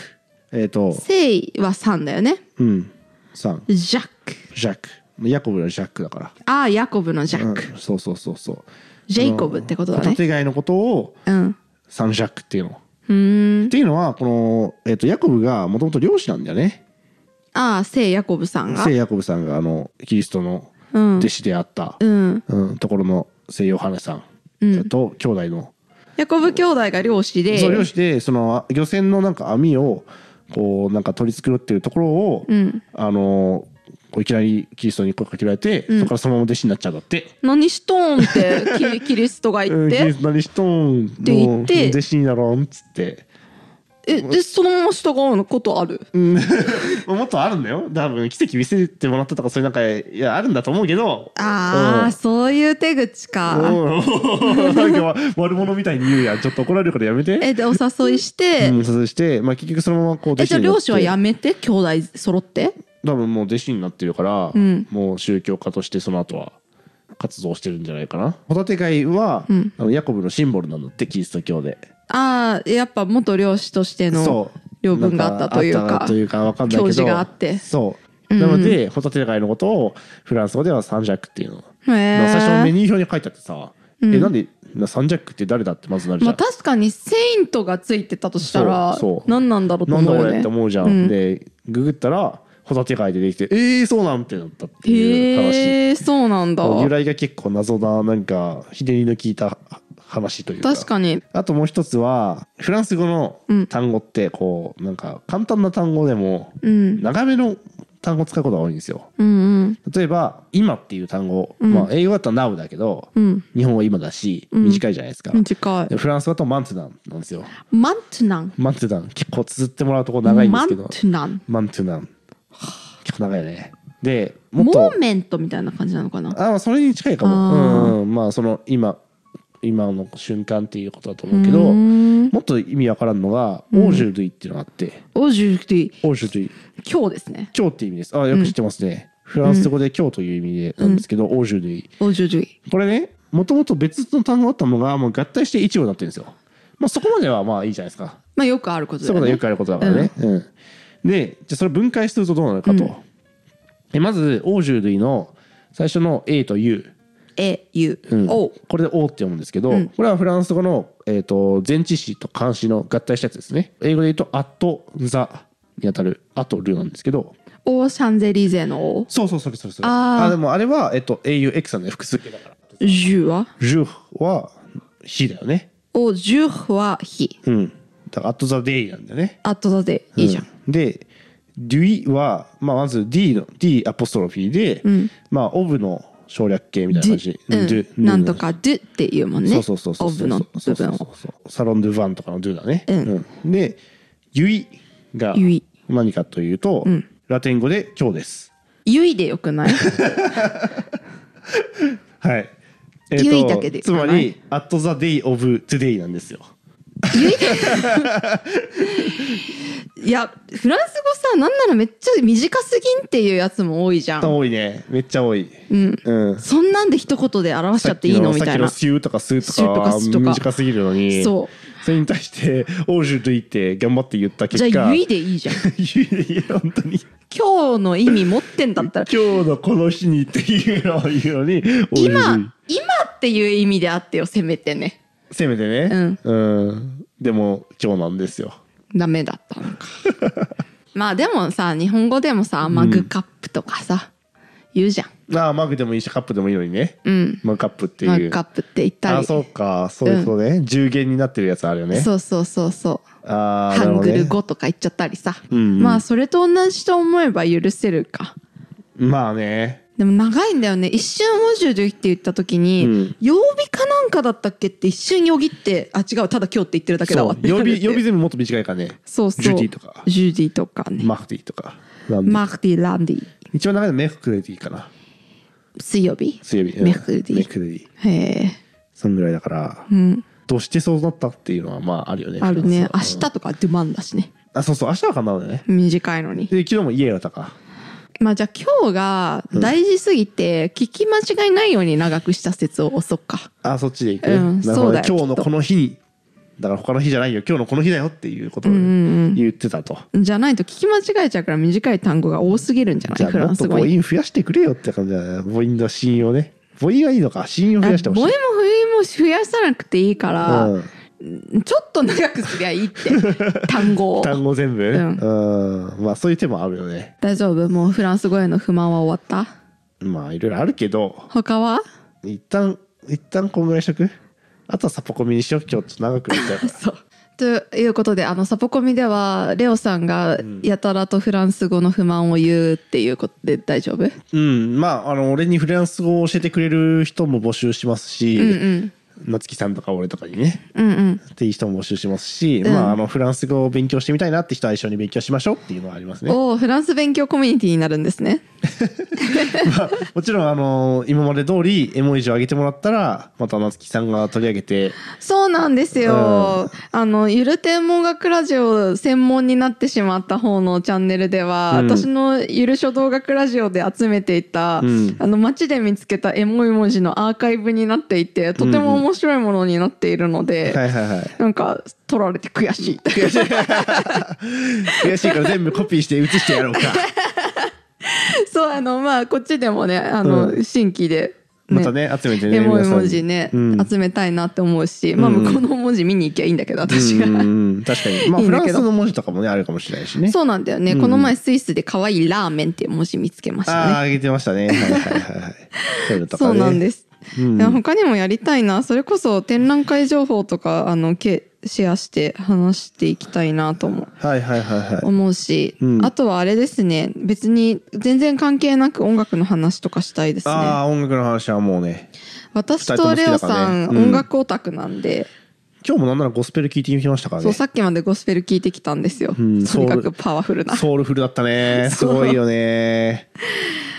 Speaker 2: えっ、と、
Speaker 1: 聖は3だよね
Speaker 2: うん。さん
Speaker 1: ジャック
Speaker 2: ジャックヤコブのジャックだから
Speaker 1: ああヤコブのジャック、
Speaker 2: うん、そうそうそうそう
Speaker 1: ジェイコブってことだね
Speaker 2: ホタテ貝のことを
Speaker 1: うん
Speaker 2: サンジャックっていうの
Speaker 1: うーん
Speaker 2: っていうのはこの、えっとヤコブがもともと漁師なんだよね
Speaker 1: ああ聖ヤコブさんが
Speaker 2: 聖ヤコブさんがあのキリストの
Speaker 1: うん
Speaker 2: 弟子であった、
Speaker 1: うん
Speaker 2: うんところの聖ヨハネさんと兄弟の、
Speaker 1: ヤコブ兄弟が漁師で
Speaker 2: そう漁師でその漁船のなんか網をこうなんか取り繕ってるところを、
Speaker 1: うん
Speaker 2: あのこういきなりキリストに声かけられて、そこからそのまま弟子になっちゃうんだって。
Speaker 1: 何しとん ってキリキリストが言
Speaker 2: う
Speaker 1: っ
Speaker 2: んキリ
Speaker 1: て
Speaker 2: スト何しとん
Speaker 1: て
Speaker 2: も
Speaker 1: 言
Speaker 2: う
Speaker 1: って
Speaker 2: 弟子になろんっつって
Speaker 1: えでそのまま従うのことある
Speaker 2: もっとあるんだよ多分奇跡見せてもらったとかそういうなんかいやあるんだと思うけど
Speaker 1: あ
Speaker 2: う
Speaker 1: あ
Speaker 2: ん
Speaker 1: そういう手口か
Speaker 2: おい なんか悪者みたいに言うやんちょっと怒られるからやめて
Speaker 1: えでお誘いして、
Speaker 2: うんそうして、まあ、結局そのままこう
Speaker 1: えじゃあ
Speaker 2: になって
Speaker 1: 漁師はやめて兄弟揃って
Speaker 2: 多分もう弟子になってるから、
Speaker 1: うん
Speaker 2: もう宗教家としてその後は活動してるんじゃないかなホタテ貝は、
Speaker 1: ん
Speaker 2: あのヤコブのシンボルなんだってキリスト教で
Speaker 1: ああやっぱ元漁師としての
Speaker 2: そう
Speaker 1: 領分があったという
Speaker 2: なんあっ
Speaker 1: か
Speaker 2: たというかわかんないけど
Speaker 1: 教示があって
Speaker 2: そうなので、ホタテ貝のことをフランス語ではサンジャックっていうの
Speaker 1: へ
Speaker 2: だから最初のメ
Speaker 1: え
Speaker 2: ニュー表に書いてあってさ、えなんでなサンジャックって誰だってまずなるじ
Speaker 1: ま
Speaker 2: ゃ
Speaker 1: あ
Speaker 2: ん、
Speaker 1: 確かにセイントがついてたとしたら
Speaker 2: そうそう
Speaker 1: 何なんだろうと
Speaker 2: なん
Speaker 1: 思
Speaker 2: だ
Speaker 1: う
Speaker 2: こ
Speaker 1: よ
Speaker 2: れっ
Speaker 1: ね
Speaker 2: て思うじゃん、でググったらホタテ貝でできてええー、そうなんてなったっていう話、
Speaker 1: へえそうなんだ
Speaker 2: 由来が結構謎ななんかひねりの効いた話というか
Speaker 1: 確かに
Speaker 2: あともう一つはフランス語の
Speaker 1: うん
Speaker 2: 単語ってこう、なんか簡単な単語でも
Speaker 1: うん
Speaker 2: 長めの単語を使うことが多いんですよ
Speaker 1: うんうん
Speaker 2: 例えば「今」っていう単語、まあ、英語だったら「now」だけど、
Speaker 1: うん
Speaker 2: 日本語は「今」だし
Speaker 1: ん
Speaker 2: 短いじゃないですか、
Speaker 1: 短い
Speaker 2: でフランス語だと「マンツダン」なんですよ
Speaker 1: マントゥナン
Speaker 2: マンツダン結構綴ってもらうとこ長いんで
Speaker 1: マ
Speaker 2: す
Speaker 1: ン
Speaker 2: け
Speaker 1: ト
Speaker 2: ど
Speaker 1: ゥナン
Speaker 2: マンツダン結構長いよねでもっ
Speaker 1: モ
Speaker 2: と
Speaker 1: ーメントみたいな感じなのかな
Speaker 2: あまあそれに近いか
Speaker 1: あ
Speaker 2: も、うんうん、まあその今今の瞬間っていうことだと思うけど
Speaker 1: うーん
Speaker 2: もっと意味わからんのが「オージュルイ」っていうのがあって
Speaker 1: オジュクティ
Speaker 2: 「オージュルイ」
Speaker 1: 今日ですね
Speaker 2: 「今日」って意味ですあよく知ってますね、フランス語で「今日」という意味でなんですけど「オージュルイ
Speaker 1: オジュルイ」
Speaker 2: これねもともと別の単語だったのがもう合体して一語になってるんですよまあそこまではまあいいじゃないですか
Speaker 1: まあよくあることだ
Speaker 2: そう
Speaker 1: よ
Speaker 2: いう
Speaker 1: ね
Speaker 2: ことはよくあることだからね。うんでじゃあそれ分解するとどうなるかと。えまずオージュ類の最初の A と U。
Speaker 1: A U
Speaker 2: うん
Speaker 1: O
Speaker 2: これで O って読むんですけど、
Speaker 1: うん
Speaker 2: これはフランス語の、えー、と前置詞と冠詞の合体したやつですね英語で言うと「アとザ」にあたる「アとル」なんですけど
Speaker 1: オーシャンゼリゼの O
Speaker 2: そうそうそれそれそれ
Speaker 1: あー
Speaker 2: でもあれは、えっと AUX なんで複数形だから
Speaker 1: ジュは
Speaker 2: 「ジュ」は「日」だよね
Speaker 1: おジュは日
Speaker 2: うんだから「アットザ・デイ」なんだよね
Speaker 1: あとだぜいいじゃん、
Speaker 2: うんで「デュイ」は、まあ、まず D の D アポストロフィーで、まあオブの省略形みたいな感じ
Speaker 1: うん
Speaker 2: ドゥ
Speaker 1: なんとかドゥっていうもんね
Speaker 2: そうそうそうそう
Speaker 1: オブの部分を
Speaker 2: サロン・ドゥ・ヴァンとかのドゥだね、
Speaker 1: うん
Speaker 2: うんで「ユイ」が
Speaker 1: ユイ
Speaker 2: 何かというと、
Speaker 1: ん
Speaker 2: ラテン語で「今日」です
Speaker 1: ゆいでよくない
Speaker 2: はいえ
Speaker 1: ユイだけで
Speaker 2: つま
Speaker 1: は
Speaker 2: り
Speaker 1: い
Speaker 2: 「at the day of today」なんですよ
Speaker 1: いやフランス語さなんならめっちゃ短すぎんっていうやつも多いじゃん
Speaker 2: 多いねめっちゃ多いうん、
Speaker 1: そんなんで一言で表しちゃっていいのみ
Speaker 2: さったき
Speaker 1: い
Speaker 2: の
Speaker 1: な
Speaker 2: スユとかスーと
Speaker 1: スーと
Speaker 2: か
Speaker 1: かスとか
Speaker 2: 短すぎるのに
Speaker 1: そう
Speaker 2: それに対してオージュと言って頑張って言った結
Speaker 1: じゃ
Speaker 2: 果
Speaker 1: あゆい
Speaker 2: で
Speaker 1: でいい じゃん
Speaker 2: いや本当に
Speaker 1: 今日の意味持ってんだったら
Speaker 2: 今日のこの日にっていうのを言うのにオージュドゥイ
Speaker 1: 今今っていう意味であってよせめてね
Speaker 2: せめてねうん、でも今日なんですよ
Speaker 1: ダメだったのか まあでもさ日本語でもさマグカップとかさ、言うじゃん
Speaker 2: ああマグでもいいしカップでもいいのにね、
Speaker 1: うん
Speaker 2: マグカップっていう
Speaker 1: マグカップって言ったり
Speaker 2: ああそうかそういうことね、重弦になってるやつあるよね
Speaker 1: そうそうそうそう
Speaker 2: ああ
Speaker 1: ハングル
Speaker 2: なるほどね
Speaker 1: 語とか言っちゃったりさ、
Speaker 2: んうん
Speaker 1: まあそれと同じと思えば許せるか
Speaker 2: まあね
Speaker 1: でも長いんだよね一瞬「オジュドゥ」って言った時に、
Speaker 2: うん
Speaker 1: 曜日かなんかだったっけって一瞬よぎってあ違うただ今日って言ってるだけだ
Speaker 2: そ
Speaker 1: わ
Speaker 2: う呼び呼び
Speaker 1: で
Speaker 2: 全部もっと短いからね
Speaker 1: そうそう
Speaker 2: ジュディとか
Speaker 1: ジュディとかね、
Speaker 2: マフティとかなんで
Speaker 1: マーティランディ
Speaker 2: 一番長いのメフクレディかな
Speaker 1: 水曜日
Speaker 2: 水曜日うん
Speaker 1: メフクレディ
Speaker 2: メフクレディ
Speaker 1: へえ
Speaker 2: そんぐらいだから、
Speaker 1: うん
Speaker 2: どうしてそうなったっていうのはまああるよね
Speaker 1: あるね
Speaker 2: フラ
Speaker 1: 明
Speaker 2: ンス
Speaker 1: 日
Speaker 2: は
Speaker 1: とかデュマンだしね
Speaker 2: うんあそうそう明日はかなのね
Speaker 1: 短いのに
Speaker 2: で昨日も家だったか
Speaker 1: まあじゃあ今日が大事すぎて聞き間違いないように長くした説を押そっか
Speaker 2: あそっちで行く、
Speaker 1: うん
Speaker 2: なるほど
Speaker 1: そうだよ
Speaker 2: 今日のこの日にだから他の日じゃないよ今日のこの日だよっていうことを
Speaker 1: うんうんうん
Speaker 2: 言ってたと、
Speaker 1: じゃないと聞き間違えちゃうから短い単語が多すぎるんじゃ
Speaker 2: じ
Speaker 1: ない
Speaker 2: ゃあ
Speaker 1: フラ
Speaker 2: も
Speaker 1: ン
Speaker 2: っ
Speaker 1: ス
Speaker 2: と
Speaker 1: 語
Speaker 2: 母
Speaker 1: に。
Speaker 2: 音増やしてくれよって感じだね母音の子音をね母音はいいのか子音を
Speaker 1: あ
Speaker 2: 増やしてほし
Speaker 1: 母音
Speaker 2: い
Speaker 1: も不音も増やさなくていいから、
Speaker 2: うん
Speaker 1: ちょっと長くすりゃいいって、単語を。
Speaker 2: 単語全部、
Speaker 1: ん
Speaker 2: うんまあそういう手もあるよね
Speaker 1: 大丈夫もうフランス語への不満は終わった
Speaker 2: まあいろいろあるけど
Speaker 1: 他は
Speaker 2: 一旦一旦こんぐらいしとくあとはサポコミにしようちょっと長くなっちゃうか ら
Speaker 1: そう。ということで、あの、サポコミでは、レオさんがやたらとフランス語の不満を言うっていうことで大丈夫
Speaker 2: うんまああの俺にフランス語を教えてくれる人も募集しますし、
Speaker 1: うんうん。
Speaker 2: 夏樹さんとか俺とかにね
Speaker 1: うんうん。
Speaker 2: っていう人も募集しますし、
Speaker 1: うん
Speaker 2: まああのフランス語を勉強してみたいなって人は一緒に勉強しましょうっていうのはありますね。
Speaker 1: おお、フランス勉強コミュニティになるんですね。
Speaker 2: まあもちろんあの今まで通り絵文字を上げてもらったらまた夏樹さんが取り上げて
Speaker 1: そうなんですよ。あの、ゆる天文学ラジオ専門になってしまった方のチャンネルでは、
Speaker 2: うん
Speaker 1: 私のゆる書道学ラジオで集めていた、
Speaker 2: うん
Speaker 1: あの、街で見つけたエモい文字のアーカイブになっていて、とても面白いものになっているので、
Speaker 2: はいはいはい
Speaker 1: なんか、取られて悔しい。
Speaker 2: 悔しいから全部コピーして写し てやろうか。
Speaker 1: そう、あの、まあ、こっちでもね、あの、
Speaker 2: う
Speaker 1: 新規で、
Speaker 2: またね集めてね
Speaker 1: エモい
Speaker 2: 皆さん
Speaker 1: 文字ね、
Speaker 2: うん
Speaker 1: 集めたいなって思うし、まあ、
Speaker 2: うん
Speaker 1: 向こうの文字見に行きゃいいんだけど、私が。
Speaker 2: うんうんうん確かにまあ
Speaker 1: いいん
Speaker 2: フ
Speaker 1: だ
Speaker 2: ラン
Speaker 1: けど
Speaker 2: スの文字とかもねあるかもしれないしね。
Speaker 1: そうなんだよね、
Speaker 2: うん
Speaker 1: この前スイスで可愛いラーメンっていう文字見つけました
Speaker 2: あ
Speaker 1: ね。
Speaker 2: あ上げてましたね。はいは いはいはい。そういうのとか
Speaker 1: そ
Speaker 2: ね
Speaker 1: うなんです。
Speaker 2: うん
Speaker 1: いや他にもやりたいな。それこそ展覧会情報とかあのけシェアして話していきたいなとも
Speaker 2: はいはいはいはい。
Speaker 1: 思うし、
Speaker 2: うん
Speaker 1: あとはあれですね。別に全然関係なく音楽の話とかしたいです
Speaker 2: あ
Speaker 1: ね。
Speaker 2: あ音楽の話はもうね
Speaker 1: 私とレオさん、
Speaker 2: 二人とも好きだからねうん
Speaker 1: 音楽オタクなんで、
Speaker 2: 今日もなんならゴスペル聞いてみましたから
Speaker 1: そう
Speaker 2: ね。
Speaker 1: さっきまでゴスペル聞いてきたんですよ。
Speaker 2: うん
Speaker 1: とにかくパワフルな。
Speaker 2: ソウルフルだったね。す
Speaker 1: そう
Speaker 2: ごいよね。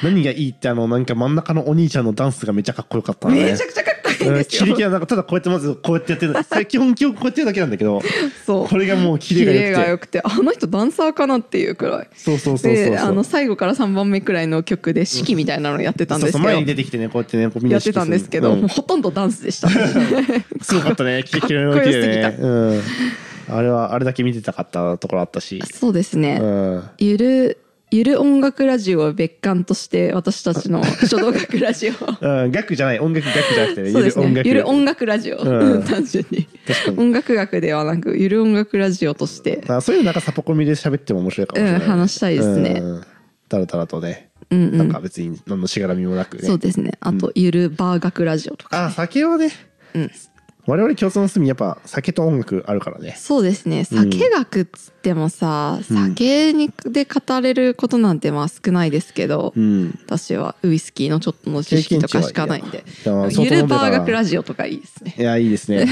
Speaker 2: 何がいいってあのなんか真ん中のお兄ちゃんのダンスがめちゃかっこよかったね。
Speaker 1: めちゃくちゃかっこいいんです
Speaker 2: キレキ
Speaker 1: よ。
Speaker 2: はなんかただこうやってまずこうやってやってる。最基本基本こうやってるだけなんだけど、
Speaker 1: そう
Speaker 2: これがもうキレが
Speaker 1: キレ
Speaker 2: 良く
Speaker 1: が
Speaker 2: て。
Speaker 1: 良くてあの人ダンサーかなっていうくらい
Speaker 2: そうそうそうそう
Speaker 1: であ
Speaker 2: そ
Speaker 1: の
Speaker 2: う。
Speaker 1: 最後から3番目くらいの曲で式みたいなのやってたん
Speaker 2: そ
Speaker 1: で
Speaker 2: う
Speaker 1: す
Speaker 2: そう
Speaker 1: けど
Speaker 2: 前に出てきてねこうやってねこうみん
Speaker 1: や
Speaker 2: な意
Speaker 1: って
Speaker 2: 識
Speaker 1: たん
Speaker 2: する
Speaker 1: ですけど、
Speaker 2: うん
Speaker 1: もうほとんどダンスでした、ね、
Speaker 2: すご かったね。キレキレの
Speaker 1: かっこ
Speaker 2: キ
Speaker 1: よすぎ
Speaker 2: レ
Speaker 1: た
Speaker 2: ね。うん。あれはあれだけ見てたかったところあったし。
Speaker 1: そうですね、
Speaker 2: うん。
Speaker 1: ゆるゆる音楽ラジオを別館として私たちの書道学ラジオそ
Speaker 2: うん、楽じゃない音楽楽じゃなくてね、
Speaker 1: うですねゆる音楽ラジオ、
Speaker 2: うん
Speaker 1: 単純に
Speaker 2: 確かに
Speaker 1: 音楽学ではなくゆる音楽ラジオとして
Speaker 2: あそういうのなんかサポコミで喋っても面白いかもしれない、
Speaker 1: うん話したいですね
Speaker 2: うんだらだらとね、
Speaker 1: うんうん
Speaker 2: なんか別に何のしがらみもなくね
Speaker 1: そうですねあと、ゆるバー学ラジオとか
Speaker 2: あ酒はね、
Speaker 1: うん
Speaker 2: 我々共通の隅やっぱ酒と音楽あるからね
Speaker 1: そうですね
Speaker 2: うん
Speaker 1: 酒学っつってもさ、酒にで語れることなんてまあ少ないですけど、
Speaker 2: うん
Speaker 1: 私はウイスキーのちょっとの知識とかしかないんで
Speaker 2: 経験値はいいよ
Speaker 1: ゆるバー学ラジオとかいいですね
Speaker 2: いやいいで すね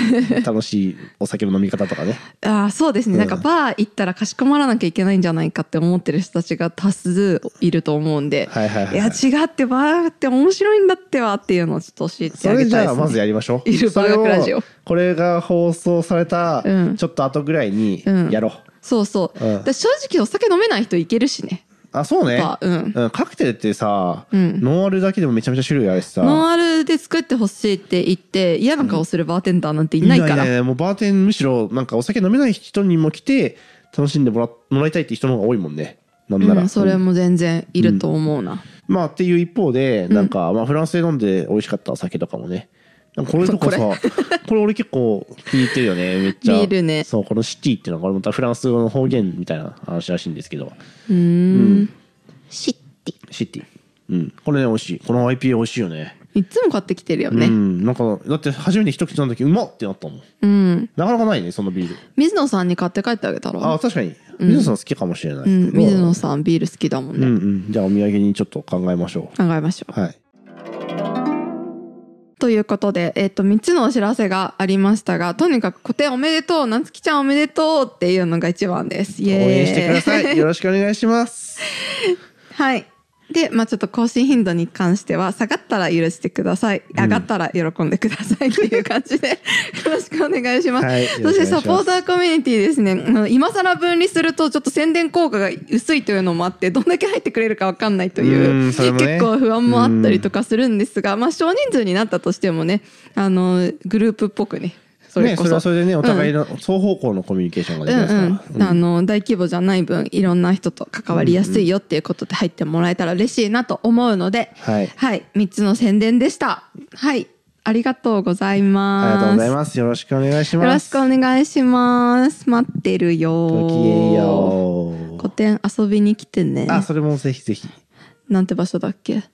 Speaker 2: 楽しいお酒の飲み方とかね
Speaker 1: ああそうですね、
Speaker 2: うん
Speaker 1: なんかバー行ったらかしこまらなきゃいけないんじゃないかって思ってる人たちが多数いると思うんで、
Speaker 2: はいはいはい
Speaker 1: や違ってバーって面白いんだってはっていうのをちょっと教えて
Speaker 2: そ
Speaker 1: あ
Speaker 2: れ
Speaker 1: げ
Speaker 2: じ
Speaker 1: たい
Speaker 2: ゃ
Speaker 1: で
Speaker 2: あ
Speaker 1: す
Speaker 2: まず
Speaker 1: ね
Speaker 2: やりましょ う
Speaker 1: いるバー学ラジオ
Speaker 2: それをこれが放送された
Speaker 1: うん
Speaker 2: ちょっと後ぐらいに
Speaker 1: うん
Speaker 2: やろう、
Speaker 1: そうそう、
Speaker 2: うん
Speaker 1: で正直お酒飲めない人いけるしね
Speaker 2: あそうね
Speaker 1: バーうん
Speaker 2: うん、カクテルってさ、
Speaker 1: うん
Speaker 2: ノンアルだけでもめちゃめちゃ種類あるしさ
Speaker 1: ノンアルで作ってほしいって言って嫌な顔するバーテンダーなんていないから
Speaker 2: いもうバーテンむしろなんかお酒飲めない人にも来て楽しんでもらもらいたいって人の方が多いもんねなんなら、
Speaker 1: うん、それも全然いると思うな、
Speaker 2: まあっていう一方でなんか、まあ、フランスで飲んで美味しかったお酒とかもねなんかこれと かさ これ俺結構気に入ってるよねめっちゃ
Speaker 1: ビールね
Speaker 2: そうこのシティっていうのがこれまたフランス語の方言みたいな話らしいんですけど
Speaker 1: うーんシッテ
Speaker 2: シティうんこれね美味しいこの IPA 美味しいよね
Speaker 1: ィいつも買ってきてるよ
Speaker 2: う
Speaker 1: ね
Speaker 2: んなんかだって初めて一口飲んだ時うまっってなったもん
Speaker 1: うん、
Speaker 2: なかなかないねそのビール
Speaker 1: 水野さんに買って帰ってあげたら
Speaker 2: あ確かに水野さん好きかもしれない、
Speaker 1: うん、水野さんビール好きだもん
Speaker 2: う
Speaker 1: ね、
Speaker 2: んうん、じゃあお土産にちょっと考えましょ
Speaker 1: 考えましょう
Speaker 2: う。はい。
Speaker 1: ということで、えっと3つのお知らせがありましたがとにかく「個展おめでとう夏希ちゃんおめでとう」っていうのが一番ですイエ
Speaker 2: 応
Speaker 1: ーイ
Speaker 2: 援してください。よろしくお願いします。
Speaker 1: はい。で、まあちょっと更新頻度に関しては、下がったら許してください。上がったら喜んでくだ さいっていう感じで、よろしくお願いします。
Speaker 2: はい
Speaker 1: そして
Speaker 2: よろ
Speaker 1: サ
Speaker 2: し
Speaker 1: ポ
Speaker 2: くお願いします
Speaker 1: ーターコミュニティですね。あの今更分離すると、ちょっと宣伝効果が薄いというのもあって、どんだけ入ってくれるかわかんないという
Speaker 2: うんそれもね
Speaker 1: 結構不安もあったりとかするんですが、まあ少人数になったとしてもね、あの、グループっぽくね、それこ
Speaker 2: ね、それ
Speaker 1: そ。
Speaker 2: はそれでねお互いの双方向のコミュニケーションができますから、
Speaker 1: うんうん、あの大規模じゃない分いろんな人と関わりやすいよっていうことで入ってもらえたら嬉しいなと思うので、
Speaker 2: はい
Speaker 1: はい、3つの宣伝でした。はい、ありがとうござい
Speaker 2: あり
Speaker 1: ます。
Speaker 2: がとうございますよろしくお願いしま
Speaker 1: よ
Speaker 2: す
Speaker 1: ろしくお願いします。待ってるよ。
Speaker 2: ごきげんよ
Speaker 1: 古典遊びに来てね
Speaker 2: う。あそれもぜひぜひ
Speaker 1: なんて場所だっけ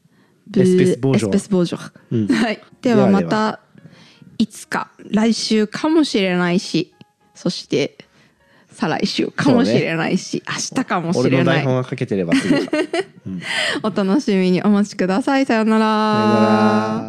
Speaker 1: ブ
Speaker 2: エスペスボージョ
Speaker 1: エスペスボージョ
Speaker 2: う ん
Speaker 1: はい、では
Speaker 2: では
Speaker 1: ま
Speaker 2: では
Speaker 1: たいつか来週かもしれないしそして再来週かもしれないし、明日かもし
Speaker 2: 俺
Speaker 1: れ
Speaker 2: の
Speaker 1: な
Speaker 2: 台本
Speaker 1: い
Speaker 2: が 書けてればすぐださよ
Speaker 1: お楽しみにお待ちくださいさよう
Speaker 2: なら